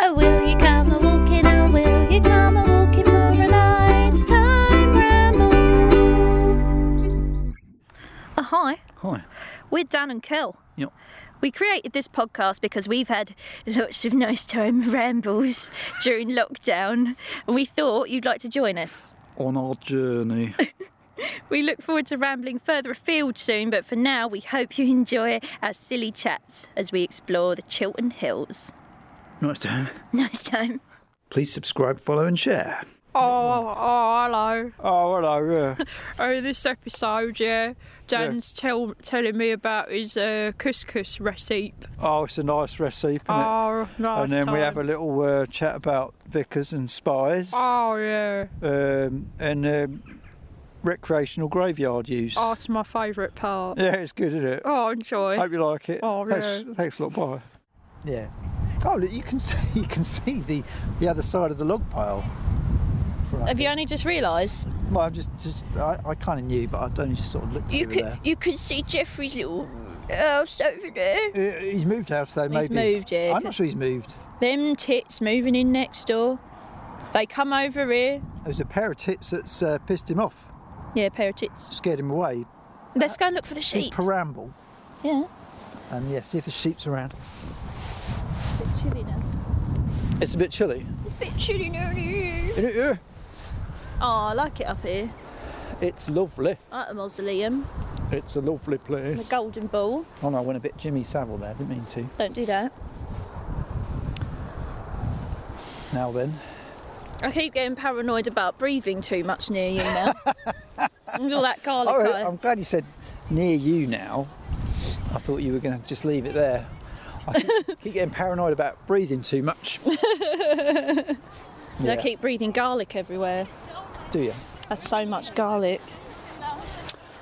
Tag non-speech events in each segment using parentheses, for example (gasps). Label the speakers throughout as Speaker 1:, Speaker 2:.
Speaker 1: Oh, will you come a walking? Oh, will you come a walking for a nice time ramble? Oh, hi,
Speaker 2: Hi.
Speaker 1: we're Dan and Kel.
Speaker 2: Yep.
Speaker 1: We created this podcast because we've had lots of nice time (laughs) rambles during lockdown, and we thought you'd like to join us.
Speaker 2: On our
Speaker 1: (laughs)
Speaker 2: journey.
Speaker 1: We look forward to rambling further afield soon, but for now, we hope you enjoy our silly chats as we explore the Chiltern Hills. (laughs)
Speaker 2: nice to have.
Speaker 1: Nice time.
Speaker 2: Please subscribe, follow, and share.
Speaker 3: Oh, oh, hello.
Speaker 2: Oh, hello, yeah.
Speaker 3: (laughs) Oh, this episode, yeah. Dan's tell, telling me about his uh, couscous recipe.
Speaker 4: Oh, it's a nice recipe, isn't it?
Speaker 3: Oh, nice.
Speaker 4: and then we have a
Speaker 3: time.
Speaker 4: little uh, chat about Vickers and Spires
Speaker 3: Oh, yeah.
Speaker 4: um, and um, recreational graveyard use.
Speaker 3: Oh, it's my favourite part.
Speaker 4: Yeah, it's good, isn't it?
Speaker 3: Oh, enjoy.
Speaker 4: Hope you like it.
Speaker 3: Oh,
Speaker 4: thanks,
Speaker 3: yeah.
Speaker 4: thanks a lot, bye.
Speaker 2: Yeah. Oh, look, you can (laughs) see you can see the the other side of the log pile. From up
Speaker 1: Have you
Speaker 2: here.
Speaker 1: only just realised
Speaker 2: Well, I'm just just I, I kind of knew, but I'd only just sort of looked
Speaker 1: you
Speaker 2: over
Speaker 1: could
Speaker 2: there.
Speaker 1: you could see Jeffrey's little house over there?
Speaker 2: Uh, He's moved house though, maybe.
Speaker 1: He's moved here.
Speaker 2: I'm not sure he's moved.
Speaker 1: Them tits moving in next door. They come over here.
Speaker 2: There's a pair of tits that's uh, pissed him off,
Speaker 1: Yeah, pair of tits.
Speaker 2: scared him away.
Speaker 1: Let's go and look for the
Speaker 2: Big
Speaker 1: sheep.
Speaker 2: paramble,
Speaker 1: Yeah.
Speaker 2: and yeah, see if the sheep's around.
Speaker 1: It's a bit chilly now.
Speaker 2: It's a bit chilly.
Speaker 1: It's a bit chilly now.
Speaker 2: Isn't it? Yeah.
Speaker 1: Oh, I like it up here.
Speaker 2: It's lovely.
Speaker 1: I like the mausoleum,
Speaker 2: It's a lovely
Speaker 1: the
Speaker 2: place.
Speaker 1: golden ball.
Speaker 2: Oh no, I went a bit Jimmy Savile there. Didn't mean to.
Speaker 1: Don't do that.
Speaker 2: Now then,
Speaker 1: I keep getting paranoid about breathing too much near you
Speaker 2: (laughs)
Speaker 1: now. With all that garlic.
Speaker 2: oh,
Speaker 1: I-
Speaker 2: I'm glad you said near you now. I thought you were going to just leave it there.
Speaker 1: (laughs)
Speaker 2: I keep, keep getting paranoid about breathing too much.
Speaker 1: I
Speaker 2: yeah,
Speaker 1: keep breathing garlic everywhere.
Speaker 2: do you?
Speaker 1: That's so much garlic.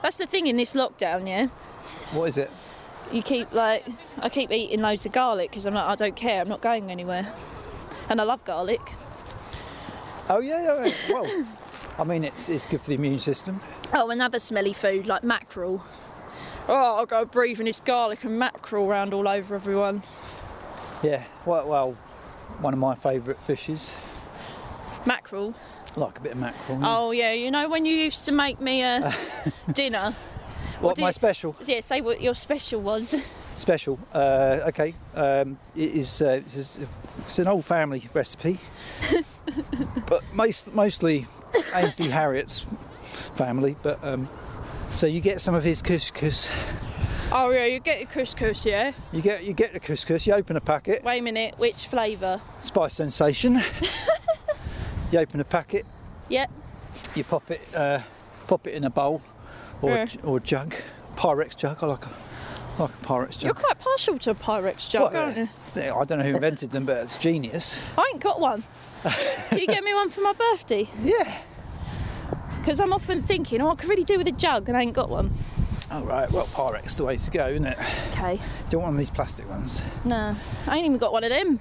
Speaker 1: That's the thing in this lockdown, yeah.
Speaker 2: What is it?
Speaker 1: You keep like, I keep eating loads of garlic because I'm like, I don't care. I'm not going anywhere, and I love garlic.
Speaker 2: Oh yeah, yeah, yeah. well, I mean it's it's good for the immune system.
Speaker 1: Oh, another smelly food like mackerel. Oh, I've got to breathe in this garlic and mackerel round all over everyone.
Speaker 2: Yeah, well, well one of my favourite fishes,
Speaker 1: Mackerel.
Speaker 2: like a bit of mackerel.
Speaker 1: Oh yeah, you know when you used to make me a (laughs) dinner.
Speaker 2: what
Speaker 1: do
Speaker 2: my
Speaker 1: you-
Speaker 2: special?
Speaker 1: Yeah, say what your special was.
Speaker 2: special. Uh, okay, um, it is. Uh, it's, it's- it's an old family
Speaker 1: (laughs)
Speaker 2: recipe, but most, mostly Ainsley Harriet's family. But um, so you get some of his couscous.
Speaker 3: Oh, yeah, you get your couscous, yeah?
Speaker 2: You get you get the couscous. You open a packet.
Speaker 1: Wait a minute, which flavour? (laughs)
Speaker 2: Spice sensation. you open a packet.
Speaker 1: Yep.
Speaker 2: You pop it. Uh, pop it in a bowl, or
Speaker 3: Yeah.
Speaker 2: j- or jug. Pyrex jug. I like a I like a Pyrex
Speaker 3: You're
Speaker 2: jug.
Speaker 3: quite partial to a Pyrex jug,
Speaker 2: Well,
Speaker 3: aren't you?
Speaker 2: I don't know who invented them, but it's genius.
Speaker 3: I ain't got one.
Speaker 1: Can you get me one for my birthday?
Speaker 2: Yeah.
Speaker 1: Because I'm often thinking, oh, I could really do with a jug and I ain't got one.
Speaker 2: All right, well, Pyrex the way to go, isn't it?
Speaker 1: Okay.
Speaker 2: Don't want these plastic ones.
Speaker 1: Nah, I ain't even got one of
Speaker 2: (laughs)
Speaker 1: them.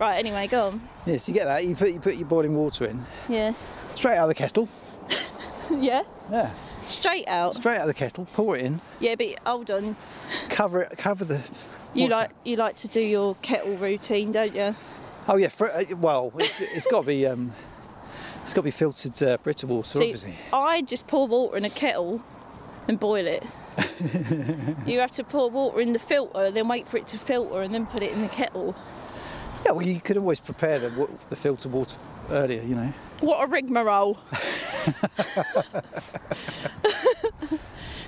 Speaker 1: right, anyway, go on.
Speaker 2: Yes, you get that. You put you put your boiling water in
Speaker 1: Yeah. (laughs)
Speaker 2: straight out of the kettle.
Speaker 1: yeah?
Speaker 2: Yeah,
Speaker 1: Straight out.
Speaker 2: straight out of the kettle. Pour it in.
Speaker 1: Yeah, but hold on.
Speaker 2: Cover it. Cover the.
Speaker 1: You
Speaker 2: what's
Speaker 1: like you like to do your kettle routine, don't you?
Speaker 2: that? Oh yeah. Fr- uh, well, it's, it's got to be. Um, it's got to be filtered uh, Brita water, obviously.
Speaker 1: I just pour water in a kettle and boil
Speaker 2: (laughs)
Speaker 1: it. you have to pour water in the filter, then wait for it to filter, and then put it in the kettle.
Speaker 2: Yeah. Well, you could always prepare the wa- the filter water earlier. You know.
Speaker 1: What a
Speaker 2: (laughs)
Speaker 1: rigmarole. (laughs)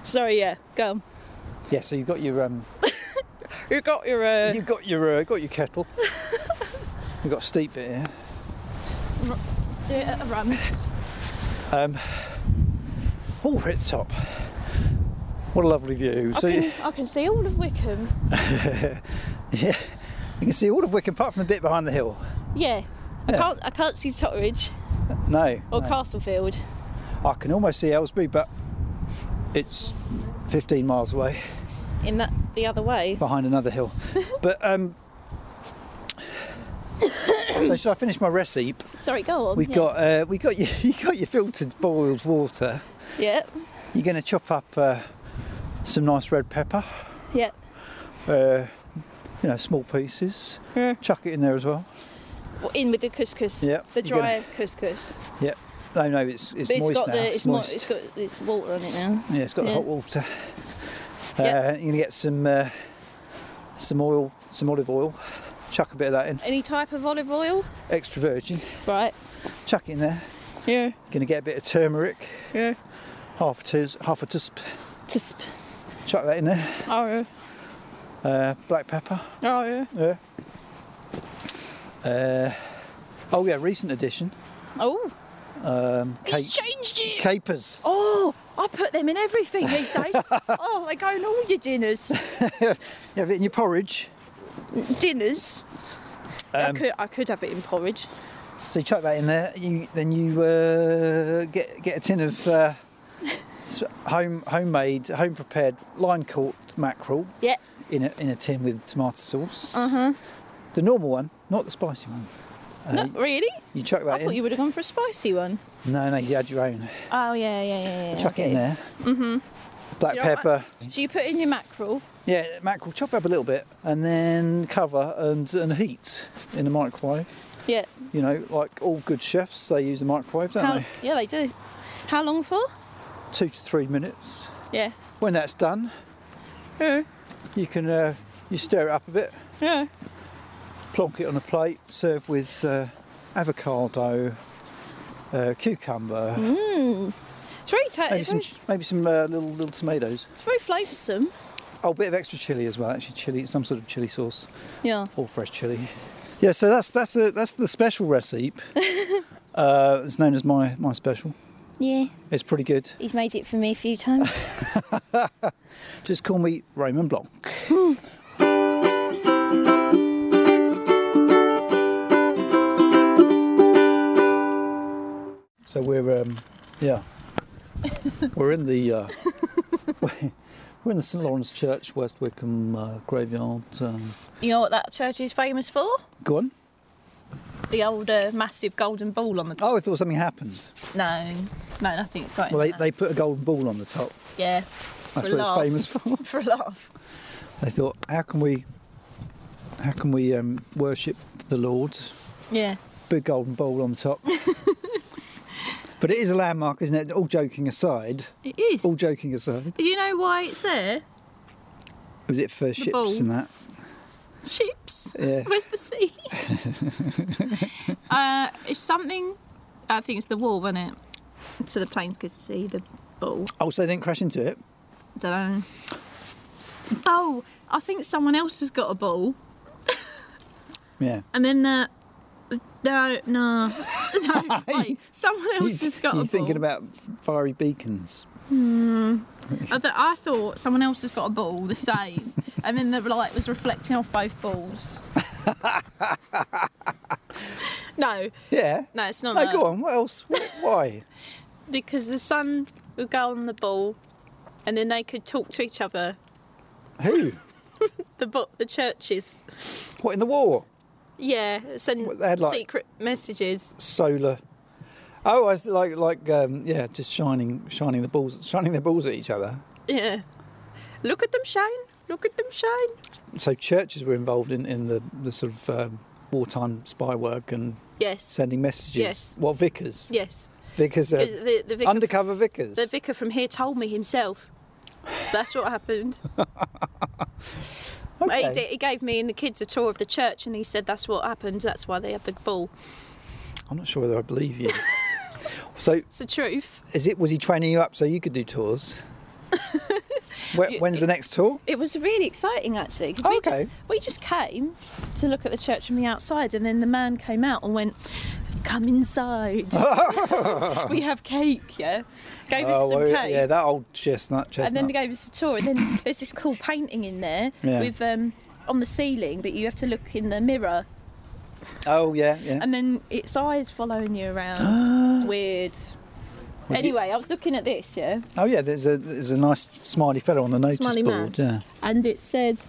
Speaker 1: Sorry, yeah, go on.
Speaker 2: Yeah. So you've got your um.
Speaker 3: You got your. Uh,
Speaker 2: You've got your uh, got
Speaker 1: (laughs)
Speaker 2: your kettle. You've got to steep it here.
Speaker 1: Do it at a run.
Speaker 2: Um. Oh, we're at the top. What a lovely view.
Speaker 1: I,
Speaker 2: so. you-
Speaker 1: can, I can see all of Wickham.
Speaker 2: (laughs) Yeah, you can see all of Wickham apart from the bit behind the hill.
Speaker 1: Yeah. I
Speaker 2: Yeah.
Speaker 1: can't I can't see Totteridge
Speaker 2: No,
Speaker 1: or
Speaker 2: no.
Speaker 1: Castlefield.
Speaker 2: I can almost see Ellsbury, but it's 15 miles away
Speaker 1: In that the other way.
Speaker 2: behind
Speaker 1: (laughs)
Speaker 2: another hill. but um, so should I finish my recipe?
Speaker 1: Sorry, go on.
Speaker 2: We've
Speaker 1: yeah.
Speaker 2: got uh, we got your, you (laughs) got your filtered boiled water.
Speaker 1: Yeah.
Speaker 2: You're going to chop up uh, some nice red pepper,
Speaker 1: Yeah.
Speaker 2: uh, you know, small pieces.
Speaker 3: Yeah.
Speaker 2: Chuck it in there as well.
Speaker 1: Well, in with the couscous.
Speaker 2: Yeah,
Speaker 1: The
Speaker 2: you're gonna-
Speaker 1: dry couscous.
Speaker 2: No, no, it's it's
Speaker 1: but it's
Speaker 2: moist
Speaker 1: got
Speaker 2: now.
Speaker 1: the
Speaker 2: it's
Speaker 1: it's, mo-
Speaker 2: moist.
Speaker 1: it's got it's water on it now.
Speaker 2: yeah, it's got
Speaker 1: yeah.
Speaker 2: the hot water. Uh,
Speaker 1: Yeah.
Speaker 2: You're gonna get some uh, some oil, some olive oil. Chuck a bit of that in,
Speaker 1: Any type of olive oil?
Speaker 2: extra virgin.
Speaker 1: Right.
Speaker 2: Chuck it in there.
Speaker 1: Yeah.
Speaker 2: Gonna get a bit of turmeric,
Speaker 1: Yeah.
Speaker 2: half a tis, half a tusp.
Speaker 1: Tisp.
Speaker 2: Chuck that in there.
Speaker 3: Oh yeah.
Speaker 2: Uh, black pepper.
Speaker 3: Oh yeah.
Speaker 2: Yeah. Uh, oh yeah, recent addition.
Speaker 1: Oh,
Speaker 2: Um, ca-
Speaker 1: he's changed it.
Speaker 2: capers.
Speaker 1: Oh, I put them in everything these days.
Speaker 2: (laughs)
Speaker 1: oh, they go in all your dinners.
Speaker 2: You have it in your porridge.
Speaker 1: dinners. I
Speaker 2: Um,
Speaker 1: could I could have it in porridge.
Speaker 2: So you chuck that in there. You, then you uh, get get a tin of uh, s- home homemade, home prepared line caught mackerel.
Speaker 1: Yeah.
Speaker 2: In a, in a tin with tomato sauce.
Speaker 1: Uh huh.
Speaker 2: The normal one, not the spicy one. Uh,
Speaker 1: Not really.
Speaker 2: You chuck that
Speaker 1: I
Speaker 2: in.
Speaker 1: thought you would have gone for a spicy one.
Speaker 2: No, no, you had your own.
Speaker 1: Oh yeah, yeah, yeah. yeah
Speaker 2: chuck it
Speaker 1: okay.
Speaker 2: in there. Mm-hmm. Black
Speaker 1: You know what?
Speaker 2: pepper.
Speaker 1: So you put in your mackerel.
Speaker 2: Yeah, mackerel. Chop up a little bit and then cover and and heat in the microwave.
Speaker 1: Yeah.
Speaker 2: You know, like all good chefs, they use a microwave, don't
Speaker 1: How,
Speaker 2: they?
Speaker 1: yeah, they do. How long for?
Speaker 2: Two to three minutes.
Speaker 1: Yeah.
Speaker 2: When that's done,
Speaker 3: Yeah.
Speaker 2: You can uh, you stir it up a bit,
Speaker 3: Yeah.
Speaker 2: plonk it on a plate, serve with uh, avocado, uh, cucumber,
Speaker 1: Mmm. It's very ta-
Speaker 2: maybe
Speaker 1: it's,
Speaker 2: some
Speaker 1: very,
Speaker 2: maybe some uh, little little tomatoes.
Speaker 1: it's very flavoursome.
Speaker 2: Oh, a bit of extra chili as well. Actually, chili, some sort of chili sauce
Speaker 1: Yeah.
Speaker 2: or fresh chili. Yeah, so that's that's the that's the special (laughs) recipe. uh, it's known as my my special.
Speaker 1: Yeah.
Speaker 2: It's pretty good.
Speaker 1: He's made it for me a few times.
Speaker 2: Just call me Raymond Blanc. Hmm. so we're um, (laughs) yeah, we're in the uh, (laughs) we're in the St Lawrence Church, West Wickham uh, graveyard. Um,
Speaker 1: (laughs) you know what that church is famous for?
Speaker 2: go on.
Speaker 1: The old uh, massive golden ball on the top.
Speaker 2: Oh, I thought something happened.
Speaker 1: No, no, nothing exciting.
Speaker 2: Well, they,
Speaker 1: like
Speaker 2: they put a golden ball on the top.
Speaker 1: that. yeah,
Speaker 2: That's
Speaker 1: For
Speaker 2: what it's
Speaker 1: laugh.
Speaker 2: famous for.
Speaker 1: (laughs) for a laugh.
Speaker 2: They thought, how can we, how can we um, worship the Lord
Speaker 1: Yeah,
Speaker 2: big golden ball on the top. but it is a landmark, isn't it? All joking aside,
Speaker 1: it is.
Speaker 2: all joking aside,
Speaker 1: Do you know why it's there?
Speaker 2: was it for ships
Speaker 1: ball.
Speaker 2: and that?
Speaker 1: Ships.
Speaker 2: Yeah.
Speaker 1: Where's the
Speaker 2: (laughs)
Speaker 1: sea? uh, it's something. I think it's the wall, wasn't it? So the planes could see the ball.
Speaker 2: Oh, so they didn't crash into it.
Speaker 1: Don't know. Oh, I think someone else has got a ball,
Speaker 2: Yeah.
Speaker 1: and then the. No, no, (laughs)
Speaker 2: (laughs)
Speaker 1: no. Wait, someone else has got
Speaker 2: you
Speaker 1: a
Speaker 2: thinking
Speaker 1: ball.
Speaker 2: about fiery beacons?
Speaker 1: I, th- I thought someone else has got a ball the same, (laughs) and then the light was reflecting off both
Speaker 2: (laughs)
Speaker 1: balls. no,
Speaker 2: Yeah.
Speaker 1: no, it's not.
Speaker 2: No,
Speaker 1: that.
Speaker 2: go on. What else? Wh- Why?
Speaker 1: Because the sun would go on the ball, and then they could talk to each other.
Speaker 2: Who?
Speaker 1: The bo- the churches,
Speaker 2: What in the war?
Speaker 1: yeah, send
Speaker 2: What, they had, like-
Speaker 1: secret messages.
Speaker 2: Solar. Oh, I was like like um, yeah, just shining shining the balls shining their balls at each other.
Speaker 1: Yeah, look at them shine. Look at them shine.
Speaker 2: So churches were involved in, in the, the sort of um, wartime spy work and
Speaker 1: Yes,
Speaker 2: sending messages.
Speaker 1: Yes.
Speaker 2: What vicars?
Speaker 1: yes.
Speaker 2: Vicars are
Speaker 1: 'Cause the the vicar,
Speaker 2: undercover vicars.
Speaker 1: the vicar from here told me himself. That's what happened. Well, He,
Speaker 2: (laughs) Okay.
Speaker 1: did, he gave me and the kids a tour of the church, and he said that's what happened. That's why they had the ball.
Speaker 2: I'm not sure whether I believe
Speaker 1: (laughs)
Speaker 2: you. so,
Speaker 1: It's the truth.
Speaker 2: is it was he training you up so you could do
Speaker 1: (laughs)
Speaker 2: tours? Where, when's the next tour?
Speaker 1: It was really exciting, actually. 'cause we,
Speaker 2: Okay.
Speaker 1: just, we just came to look at the church from the outside, and then the man came out and went, "Come
Speaker 2: (laughs)
Speaker 1: inside. we have cake." Yeah, gave us some
Speaker 2: Oh, well,
Speaker 1: cake.
Speaker 2: yeah, that old chestnut chestnut.
Speaker 1: and then they gave us a tour. And
Speaker 2: (coughs)
Speaker 1: then there's this cool painting in there
Speaker 2: Yeah.
Speaker 1: with um, on the ceiling that you have to look in the mirror,
Speaker 2: oh yeah, yeah.
Speaker 1: and then its eyes following you
Speaker 2: (gasps)
Speaker 1: around. it's weird.
Speaker 2: Was it-
Speaker 1: anyway, I was looking at this, yeah,
Speaker 2: oh yeah, there's a there's a nice smiley fellow on the notice
Speaker 1: Smiley man. Oh,
Speaker 2: board.
Speaker 1: and it says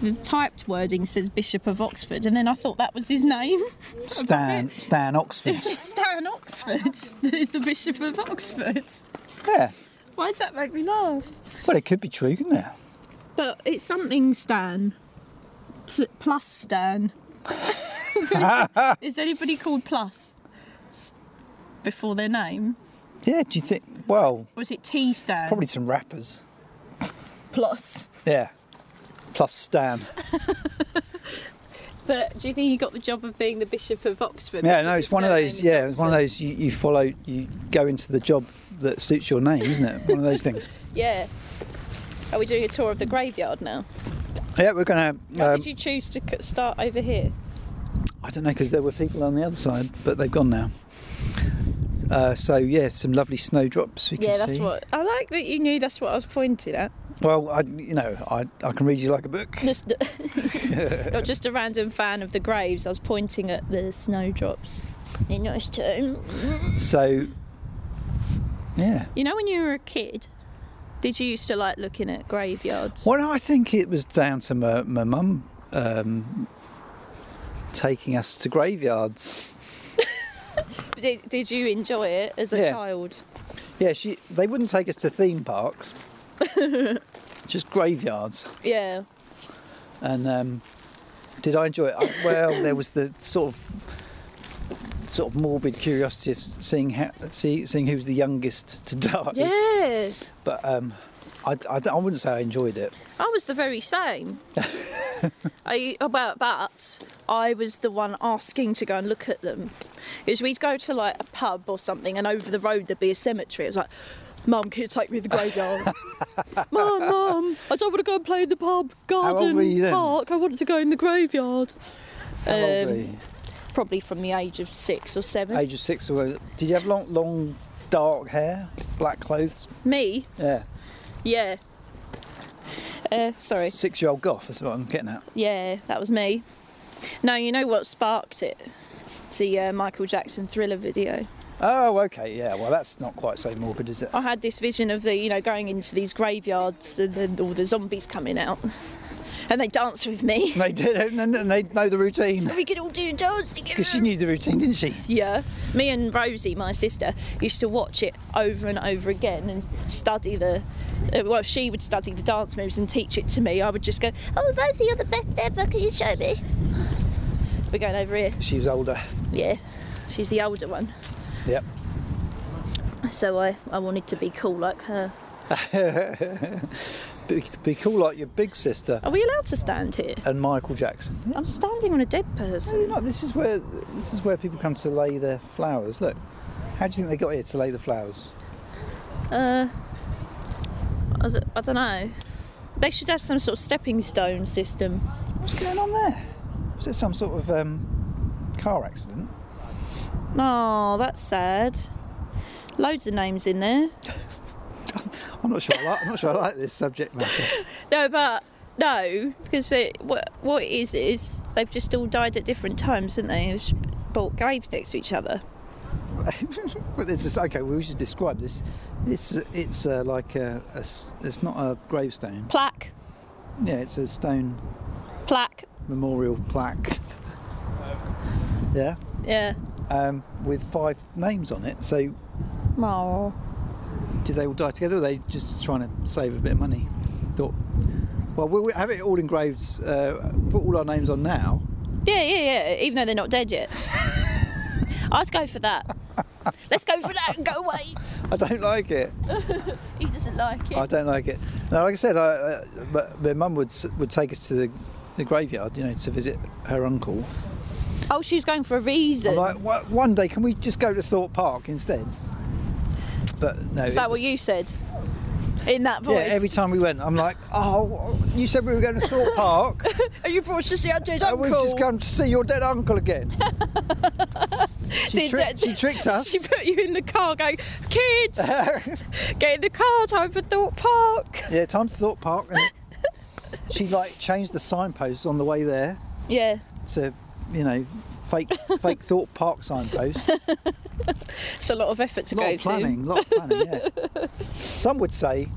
Speaker 1: the typed wording says Bishop of Oxford, and then I thought that was his name.
Speaker 2: Yeah, Stan
Speaker 1: (laughs)
Speaker 2: Stan Oxford.
Speaker 1: It's just Stan Oxford (laughs) that is the Bishop of Oxford.
Speaker 2: yeah.
Speaker 1: Why does that make me laugh?
Speaker 2: Well, it could be true, couldn't it?
Speaker 1: But it's something Stan. T- plus Stan. (laughs) is, (laughs) anybody, is anybody called Plus s- before their name?
Speaker 2: Yeah, do you think? Well,
Speaker 1: Or is it T Stan?
Speaker 2: probably some rappers.
Speaker 1: Plus.
Speaker 2: Yeah. Plus Stan.
Speaker 1: But do you think he got the job of being the Bishop of Oxford?
Speaker 2: Yeah,
Speaker 1: because
Speaker 2: no, it's
Speaker 1: his
Speaker 2: one of
Speaker 1: surname
Speaker 2: those.
Speaker 1: is
Speaker 2: Yeah, it's one of
Speaker 1: Oxford?
Speaker 2: those. You, you follow. You go into the job that suits your name, isn't it? One of those things.
Speaker 1: Yeah. Are we doing a tour of the graveyard now?
Speaker 2: Yeah, we're gonna.
Speaker 1: Why
Speaker 2: Um,
Speaker 1: did you choose to c- start over here?
Speaker 2: I don't know because there were people on the other side, but they've gone now. Uh, so yeah, some lovely snowdrops. You
Speaker 1: Yeah,
Speaker 2: can
Speaker 1: that's
Speaker 2: see.
Speaker 1: what. I like that you knew that's what I was pointing at.
Speaker 2: Well, I, you know, I, I can read you like
Speaker 1: (laughs)
Speaker 2: a book.
Speaker 1: Just, not just a random fan of the graves. I was pointing at the snowdrops. You know, it's too-
Speaker 2: So, yeah.
Speaker 1: You know, when you were a kid, did you used to like looking at graveyards?
Speaker 2: Well, I think it was down to my my mum um, taking us to graveyards.
Speaker 1: Did, did you enjoy it as a
Speaker 2: Yeah.
Speaker 1: child?
Speaker 2: Yeah, she they wouldn't take us to
Speaker 1: (laughs)
Speaker 2: theme parks, just graveyards.
Speaker 1: Yeah.
Speaker 2: And um, did I enjoy it? I, well, there was the sort of sort of morbid curiosity of seeing how, see, seeing who's the youngest to die.
Speaker 1: Yeah.
Speaker 2: But um, I, I, I wouldn't say I enjoyed it.
Speaker 1: I was the very
Speaker 2: (laughs)
Speaker 1: same. I about but I was the one asking to go and look at them. Is we'd go to like a pub or something, and over the road there'd be a cemetery. It was like, Mum, can you take me to the
Speaker 2: (laughs)
Speaker 1: graveyard? Mum, Mum, I don't want to go and play in the pub,
Speaker 2: old were you
Speaker 1: garden,
Speaker 2: then?
Speaker 1: park. I want to go in the graveyard.
Speaker 2: How old were
Speaker 1: Um,
Speaker 2: you?
Speaker 1: Probably from the age of six or seven.
Speaker 2: Age of six. Or, did you have long, long, dark hair, black clothes?
Speaker 1: Me,
Speaker 2: Yeah.
Speaker 1: yeah. Uh, sorry.
Speaker 2: Six-year-old goth. That's what I'm getting at.
Speaker 1: Yeah, that was me. No, you know what sparked it? It's The uh, Michael Jackson thriller video.
Speaker 2: Oh, okay. Yeah. Well, that's not quite so morbid, is it?
Speaker 1: I had this vision of the, you know, going into these graveyards and then all the zombies coming out, and they dance with me.
Speaker 2: (laughs) They did. And and they know the routine
Speaker 1: We could all do a dance together.
Speaker 2: because she knew the routine, didn't she?
Speaker 1: Yeah, me and Rosie, my sister, used to watch it over and over again and study the. uh, Well, she would study the dance moves and teach it to me. I would just go, "Oh, Rosie, you're the best ever. Can you show me?" We're going over here.
Speaker 2: She was older.
Speaker 1: Yeah, she's the older one.
Speaker 2: Yep.
Speaker 1: So I, I wanted to be cool like her.
Speaker 2: Be, be cool like your big sister
Speaker 1: Are we allowed to stand here?
Speaker 2: and Michael Jackson.
Speaker 1: I'm standing on a dead
Speaker 2: No, you're
Speaker 1: person.
Speaker 2: not. This is where this is where people come to lay their flowers. Look, how do you think they got here to lay the flowers?
Speaker 1: Uh, I was- I don't know. They should have some sort of stepping stone system.
Speaker 2: What's going on there? Was it some sort of um, car accident?
Speaker 1: Oh, that's sad. Loads of names in there.
Speaker 2: I'm not sure. I like, I'm not sure I like this subject matter. (laughs)
Speaker 1: No, but no, because it, what what it is is they've just all died at different times, haven't they? They've just bought graves next to each other.
Speaker 2: but there's this. Okay, we should describe this. It's it's uh, like a, a s- it's not a gravestone.
Speaker 1: Plaque,
Speaker 2: Yeah, it's a stone
Speaker 1: plaque.
Speaker 2: memorial plaque. yeah,
Speaker 1: Yeah.
Speaker 2: um, with five names on it. So
Speaker 1: Oh.
Speaker 2: did they all die together? Or were they just trying to save a bit of money? Thought, well, we'll have it all engraved. Uh, put all our names on now. (laughs)
Speaker 1: Yeah, yeah, yeah. Even though they're not dead yet. I'd go for that. Let's go for that and go away.
Speaker 2: I don't like it.
Speaker 1: He doesn't like
Speaker 2: I
Speaker 1: it.
Speaker 2: don't like it. No, like I said, I, uh, but my mum would s- would take us to the, the graveyard, you know, to visit her uncle.
Speaker 1: Oh, she was going for a
Speaker 2: I'm
Speaker 1: reason.
Speaker 2: like, "Wha- one day, can we just go to Thorpe Park instead? But no.
Speaker 1: Is
Speaker 2: it
Speaker 1: that what
Speaker 2: was-
Speaker 1: you said? In that voice.
Speaker 2: Yeah, every time we went, I'm like, oh, you said we were going to Thorpe Park,
Speaker 1: Are you brought us to see our dead
Speaker 2: and
Speaker 1: uncle?
Speaker 2: Oh, we've just come to see your dead
Speaker 1: (laughs)
Speaker 2: uncle again. she,
Speaker 1: Did
Speaker 2: tri-
Speaker 1: that-
Speaker 2: she
Speaker 1: (laughs)
Speaker 2: tricked us. (laughs)
Speaker 1: She put you in the car going, kids, get in the car, time for Thorpe Park.
Speaker 2: yeah, time to Thorpe Park. And she like changed the signposts on the way there
Speaker 1: Yeah.
Speaker 2: to, you know, fake
Speaker 1: (laughs)
Speaker 2: fake Thorpe Park signposts.
Speaker 1: It's a lot of effort to
Speaker 2: lot
Speaker 1: go
Speaker 2: of planning, lot of planning. Yeah.
Speaker 1: (laughs)
Speaker 2: Some would say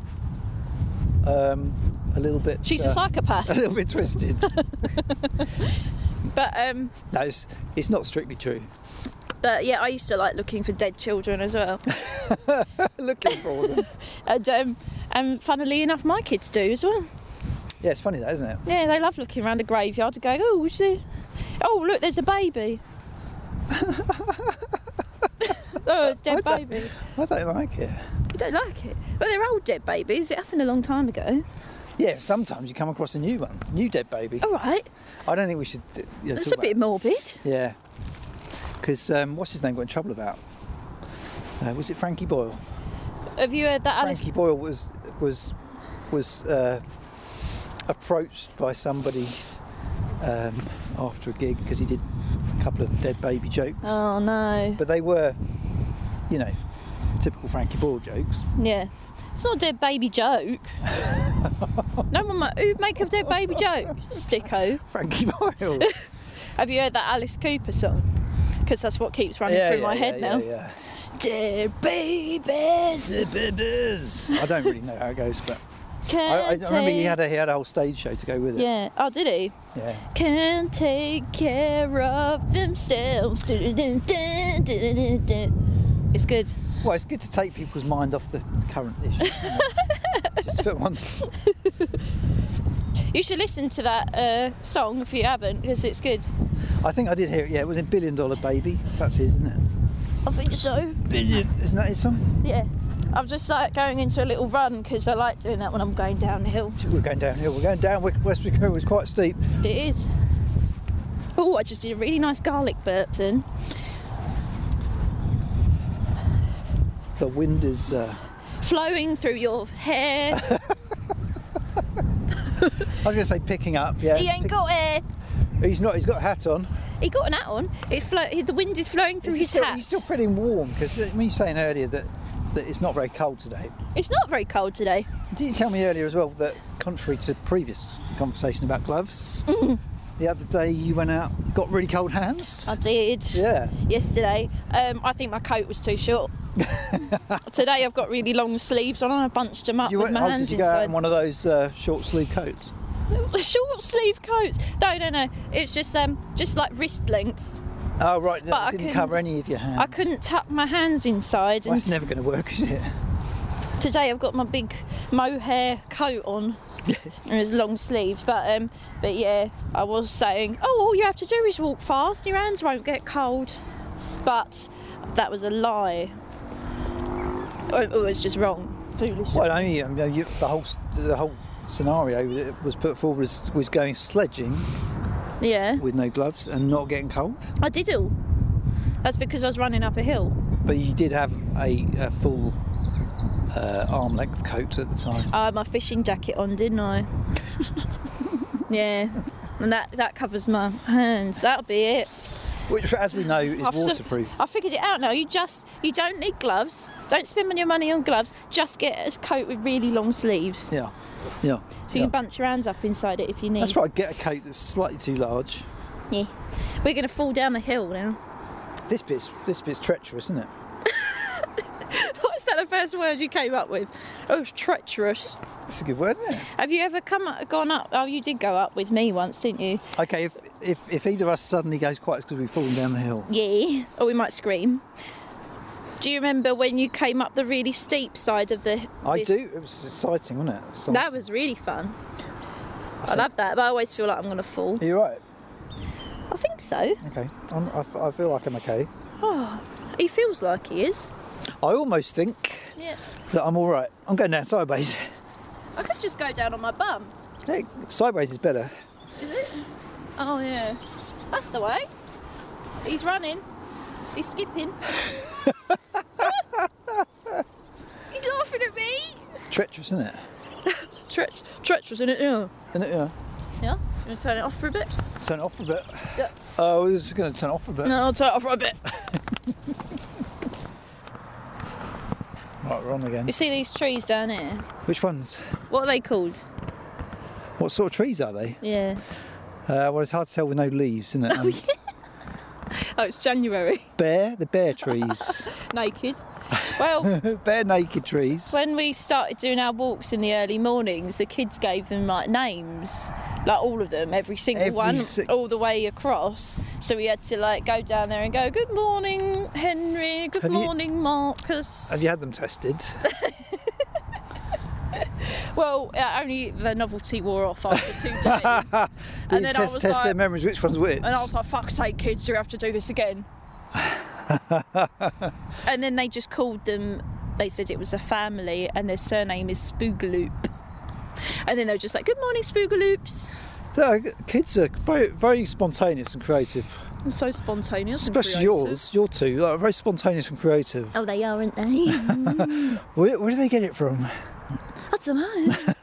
Speaker 2: um, a little bit.
Speaker 1: to. She's
Speaker 2: uh,
Speaker 1: a
Speaker 2: (laughs) a
Speaker 1: psychopath.
Speaker 2: little bit twisted.
Speaker 1: But um
Speaker 2: no, it's, it's not strictly true. (laughs)
Speaker 1: but yeah, I used to like looking for dead children as well.
Speaker 2: (laughs) Looking for them.
Speaker 1: (laughs) and um and funnily enough my kids do as well.
Speaker 2: Yeah, it's funny that, isn't it?
Speaker 1: Yeah, they love looking around a graveyard and going, oh, see, oh, look, there's a baby.
Speaker 2: (laughs)
Speaker 1: oh, it's a dead
Speaker 2: I don't-
Speaker 1: baby.
Speaker 2: I don't like it.
Speaker 1: You don't like it? Well, they're old dead babies. It happened a long time ago.
Speaker 2: Yeah, sometimes you come across a new one, new dead baby.
Speaker 1: All right,
Speaker 2: I don't think we should. uh, You know,
Speaker 1: Oh. that's a
Speaker 2: talk
Speaker 1: bit
Speaker 2: about-
Speaker 1: morbid.
Speaker 2: Yeah, because um, what's his name got in trouble about? Uh, was it Frankie Boyle?
Speaker 1: Have you heard that Alice?
Speaker 2: Frankie Boyle was was was uh, approached by somebody um, after a gig because he did a couple of dead baby jokes,
Speaker 1: Oh no.
Speaker 2: but they were, you know, typical Frankie Boyle jokes.
Speaker 1: Yeah. It's not a dead baby joke.
Speaker 2: (laughs)
Speaker 1: no one might, who'd make a dead baby joke? Sticko.
Speaker 2: (laughs) Frankie Boyle.
Speaker 1: Have you heard that Alice Cooper song? Because that's what keeps running
Speaker 2: yeah,
Speaker 1: through
Speaker 2: yeah,
Speaker 1: my head
Speaker 2: yeah,
Speaker 1: now.
Speaker 2: Yeah,
Speaker 1: Dead babies,
Speaker 2: yeah. I don't really know how it goes, but I,
Speaker 1: can't
Speaker 2: I remember he
Speaker 1: take-
Speaker 2: had a he had a whole stage show to go with it.
Speaker 1: Yeah. Oh, did he?
Speaker 2: yeah.
Speaker 1: Can take care of themselves. It's good.
Speaker 2: Well, it's good to take people's mind off the current issue. isn't
Speaker 1: (laughs)
Speaker 2: it? Just put one.
Speaker 1: You should listen to that uh, song if you haven't, because it's good.
Speaker 2: I think I did hear it. Yeah, it was in Billion Dollar Baby. That's his, isn't it?
Speaker 1: I think so.
Speaker 2: Billion. Isn't that his song?
Speaker 1: Yeah. I'm just like going into a little run because I like doing that when I'm going downhill.
Speaker 2: We're going downhill. We're going down West West Wick Hill. It's quite steep.
Speaker 1: It is. Oh, I just did a really nice garlic burp then.
Speaker 2: The wind is. Uh,
Speaker 1: Flowing through your
Speaker 2: (laughs)
Speaker 1: hair.
Speaker 2: I was going to say picking up. Yeah.
Speaker 1: he ain't
Speaker 2: Pick-
Speaker 1: got hair.
Speaker 2: He's not. He's got a hat on.
Speaker 1: He got an hat on. It flo- the wind is flowing through
Speaker 2: Is he
Speaker 1: his
Speaker 2: still,
Speaker 1: hat.
Speaker 2: He's still feeling warm because I mean, you were saying earlier that that it's not very cold today.
Speaker 1: It's not very cold today.
Speaker 2: Did you tell me earlier as well that, contrary to previous conversation about gloves, the other day you went out, got really cold hands?
Speaker 1: Mm-hmm. I did.
Speaker 2: yeah.
Speaker 1: yesterday. Um, I think my coat was too
Speaker 2: (laughs)
Speaker 1: short. Today I've got really long sleeves on and I bunched them up
Speaker 2: You
Speaker 1: with
Speaker 2: went,
Speaker 1: my
Speaker 2: oh,
Speaker 1: hands
Speaker 2: did you go out
Speaker 1: inside.
Speaker 2: in one of those uh, short sleeve coats?
Speaker 1: Short sleeve coats. No, no, no. It's just um, just like wrist length.
Speaker 2: Oh, right,
Speaker 1: But I
Speaker 2: it didn't
Speaker 1: couldn't-
Speaker 2: cover any of your hands.
Speaker 1: I couldn't tuck my hands inside,
Speaker 2: Well,
Speaker 1: and
Speaker 2: it's never going to work,
Speaker 1: (laughs)
Speaker 2: is it?
Speaker 1: today I've got my big mohair coat
Speaker 2: (laughs)
Speaker 1: on. and it's long sleeves, but um, but yeah, I was saying, oh, all you have to do is walk fast, your hands won't get cold. But that was a lie. Or It was just wrong, foolish.
Speaker 2: Well, I mean, you know, you, the whole s- the whole scenario that was put forward was, was going sledging
Speaker 1: Yeah.
Speaker 2: with no gloves and not getting cold.
Speaker 1: I diddle. That's because I was running up a hill.
Speaker 2: But you did have a, a full uh, arm length coat at the time.
Speaker 1: I had my fishing jacket on, didn't
Speaker 2: (laughs)
Speaker 1: I? yeah. And that, that covers my hands. That'll be it.
Speaker 2: Which, as we know, is
Speaker 1: I've sort-
Speaker 2: waterproof.
Speaker 1: I figured it out now. You just you don't need gloves. Don't spend your money on gloves. Just get a coat with really long sleeves.
Speaker 2: Yeah, yeah.
Speaker 1: So you
Speaker 2: yeah.
Speaker 1: can bunch your hands up inside it if you need.
Speaker 2: That's right. Get a coat that's slightly too large.
Speaker 1: Yeah. We're gonna fall down the hill now.
Speaker 2: This bit's this bit's treacherous, isn't it?
Speaker 1: What is that the first word you came up with? Oh treacherous.
Speaker 2: It's a good word, isn't it?
Speaker 1: Have you ever come up, gone up oh you did go up with me once, didn't you?
Speaker 2: Okay, if if, if either of us suddenly goes quiet, it's because we've fallen down the hill.
Speaker 1: Yeah, or we might scream. Do you remember when you came up the really steep side of the?
Speaker 2: I
Speaker 1: this-
Speaker 2: do. It was exciting, wasn't it? Exciting.
Speaker 1: That was really fun. I love that, but I always feel like I'm gonna fall.
Speaker 2: Are you right?
Speaker 1: I think so. Oh,
Speaker 2: Okay. I'm, I, f- I feel like I'm okay.
Speaker 1: He feels like he is.
Speaker 2: I almost think
Speaker 1: Yeah.
Speaker 2: that I'm all right. I'm going down sideways.
Speaker 1: I could just go down on my bum.
Speaker 2: Hey, sideways is better.
Speaker 1: Is it? Oh yeah. That's the way. He's running. He's (laughs) skipping. He's laughing at me.
Speaker 2: Treacherous, isn't it?
Speaker 1: Treach- treacherous, isn't it? Yeah.
Speaker 2: Isn't it? Yeah.
Speaker 1: Yeah. You wanna turn it off for a bit?
Speaker 2: Turn it off a bit.
Speaker 1: Yeah.
Speaker 2: Oh, I was going to turn it off a bit.
Speaker 1: No, I'll turn it off for a bit.
Speaker 2: Right, we're on
Speaker 1: (laughs)
Speaker 2: again.
Speaker 1: You see these trees down here?
Speaker 2: Which ones?
Speaker 1: What are they called?
Speaker 2: What sort of trees are they?
Speaker 1: Yeah.
Speaker 2: Uh, well, it's hard to tell with no leaves,
Speaker 1: (laughs)
Speaker 2: isn't it? Um,
Speaker 1: Oh, it's January. (laughs)
Speaker 2: Bear, the bear (laughs) trees,
Speaker 1: Naked. (laughs) Well,
Speaker 2: bare naked trees.
Speaker 1: when we started doing our walks in the early mornings, the kids gave them like names, like all of them, every single
Speaker 2: Every
Speaker 1: one,
Speaker 2: si-
Speaker 1: all the way across. So we had to like go down there and go, "Good morning, Henry. Good
Speaker 2: Have you-
Speaker 1: morning, Marcus."
Speaker 2: Have you had them tested?
Speaker 1: Well, uh, only the novelty wore off after two (laughs) days.
Speaker 2: They
Speaker 1: (laughs) and then I
Speaker 2: test,
Speaker 1: was
Speaker 2: test their
Speaker 1: like,
Speaker 2: memories. Which one's which?
Speaker 1: and I was like, fuck's sake, kids, you have to do this
Speaker 2: (laughs)
Speaker 1: again. and then they just called them, they said it was a family, and their surname is Spoogaloop. And then they were just like, good morning, Spoogaloops.
Speaker 2: The kids are very, very spontaneous and creative,
Speaker 1: And so spontaneous. and
Speaker 2: especially
Speaker 1: creative.
Speaker 2: yours. Your two like, are very spontaneous and creative.
Speaker 5: Oh, they are, aren't
Speaker 1: (laughs)
Speaker 5: they?
Speaker 2: Where, where do they get it from?
Speaker 5: I don't know.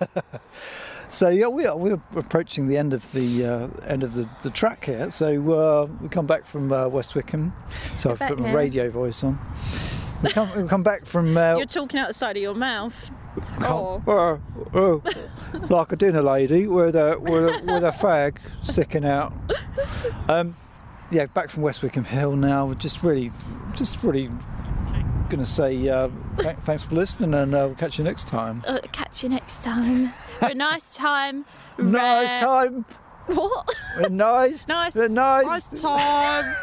Speaker 2: So yeah, we are we're approaching the end of the uh, end of the, the track here. So uh, we come back from uh, West Wickham. So I've
Speaker 5: back
Speaker 2: put my
Speaker 5: now.
Speaker 2: radio voice on. We come, we come back from
Speaker 1: (laughs)
Speaker 2: uh,
Speaker 1: You're talking out the side of your mouth.
Speaker 2: com-
Speaker 1: Oh,
Speaker 2: uh, uh, like a dinner lady with a with a, with a fag sticking out. Um, yeah, back from West Wickham Hill now. We're just really, just really going to say uh, th- thanks for listening, and uh, we'll catch you next time.
Speaker 5: Uh, catch you next time.
Speaker 1: a nice time.
Speaker 2: Nice
Speaker 1: rare-
Speaker 2: time.
Speaker 1: What?
Speaker 2: Nice.
Speaker 1: Nice-
Speaker 2: Nice.
Speaker 1: Nice
Speaker 2: (laughs)
Speaker 1: time.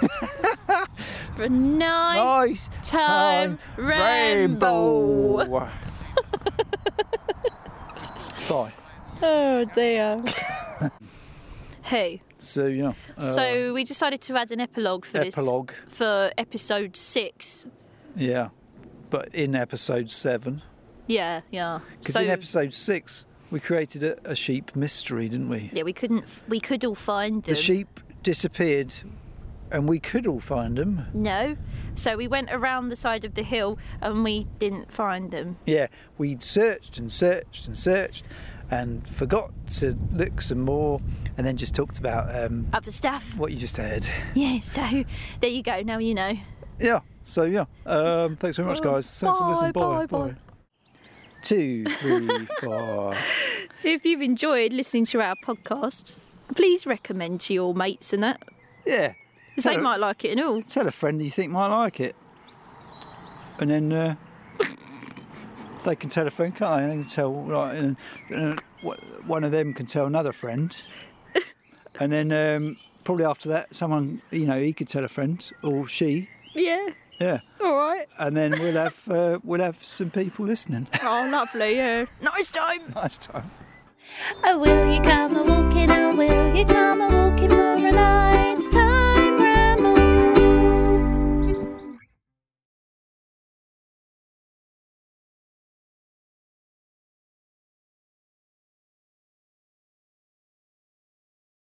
Speaker 1: For a nice,
Speaker 2: Nice
Speaker 1: time, rainbow.
Speaker 2: rainbow. (laughs) Bye.
Speaker 1: Oh (laughs) dear. hey,
Speaker 2: So yeah. uh,
Speaker 1: so we decided to add an epilogue for
Speaker 2: epilogue.
Speaker 1: this for episode six.
Speaker 2: Yeah, but in episode seven,
Speaker 1: Yeah, yeah.
Speaker 2: because in episode six we created a, a sheep mystery, didn't we?
Speaker 1: yeah, we couldn't. We could all find them.
Speaker 2: The sheep disappeared, and we could all find them.
Speaker 1: No, so we went around the side of the hill and we didn't find them.
Speaker 2: Yeah, we'd searched and searched and searched, and forgot to look some more, and then just talked about um,
Speaker 1: Other stuff.
Speaker 2: what you just heard.
Speaker 1: (laughs) Yeah. So there you go. Now you know.
Speaker 2: Yeah. So yeah. Um, thanks very much, guys. Thanks for listening.
Speaker 1: Oh, Bye,
Speaker 2: Bye.
Speaker 1: bye, bye.
Speaker 2: Two, three, (laughs) four.
Speaker 1: If you've enjoyed listening to our podcast, please recommend to your mates and that.
Speaker 2: yeah.
Speaker 1: 'cause They
Speaker 2: Tell-
Speaker 1: might like it and all.
Speaker 2: Tell a friend you think might like it, and then uh, they can tell a friend, can't they? They can tell right, and, and wh- one of them can tell another friend, and then um, probably after that, someone you know he could tell a friend or she.
Speaker 1: Yeah.
Speaker 2: Yeah.
Speaker 1: All right.
Speaker 2: And then we'll have uh, we'll have some people listening. (laughs)
Speaker 1: Oh, lovely. Yeah. Nice time.
Speaker 2: nice time.
Speaker 1: Oh,
Speaker 5: Oh, will you come a walking? Oh, will you come a walking for a nice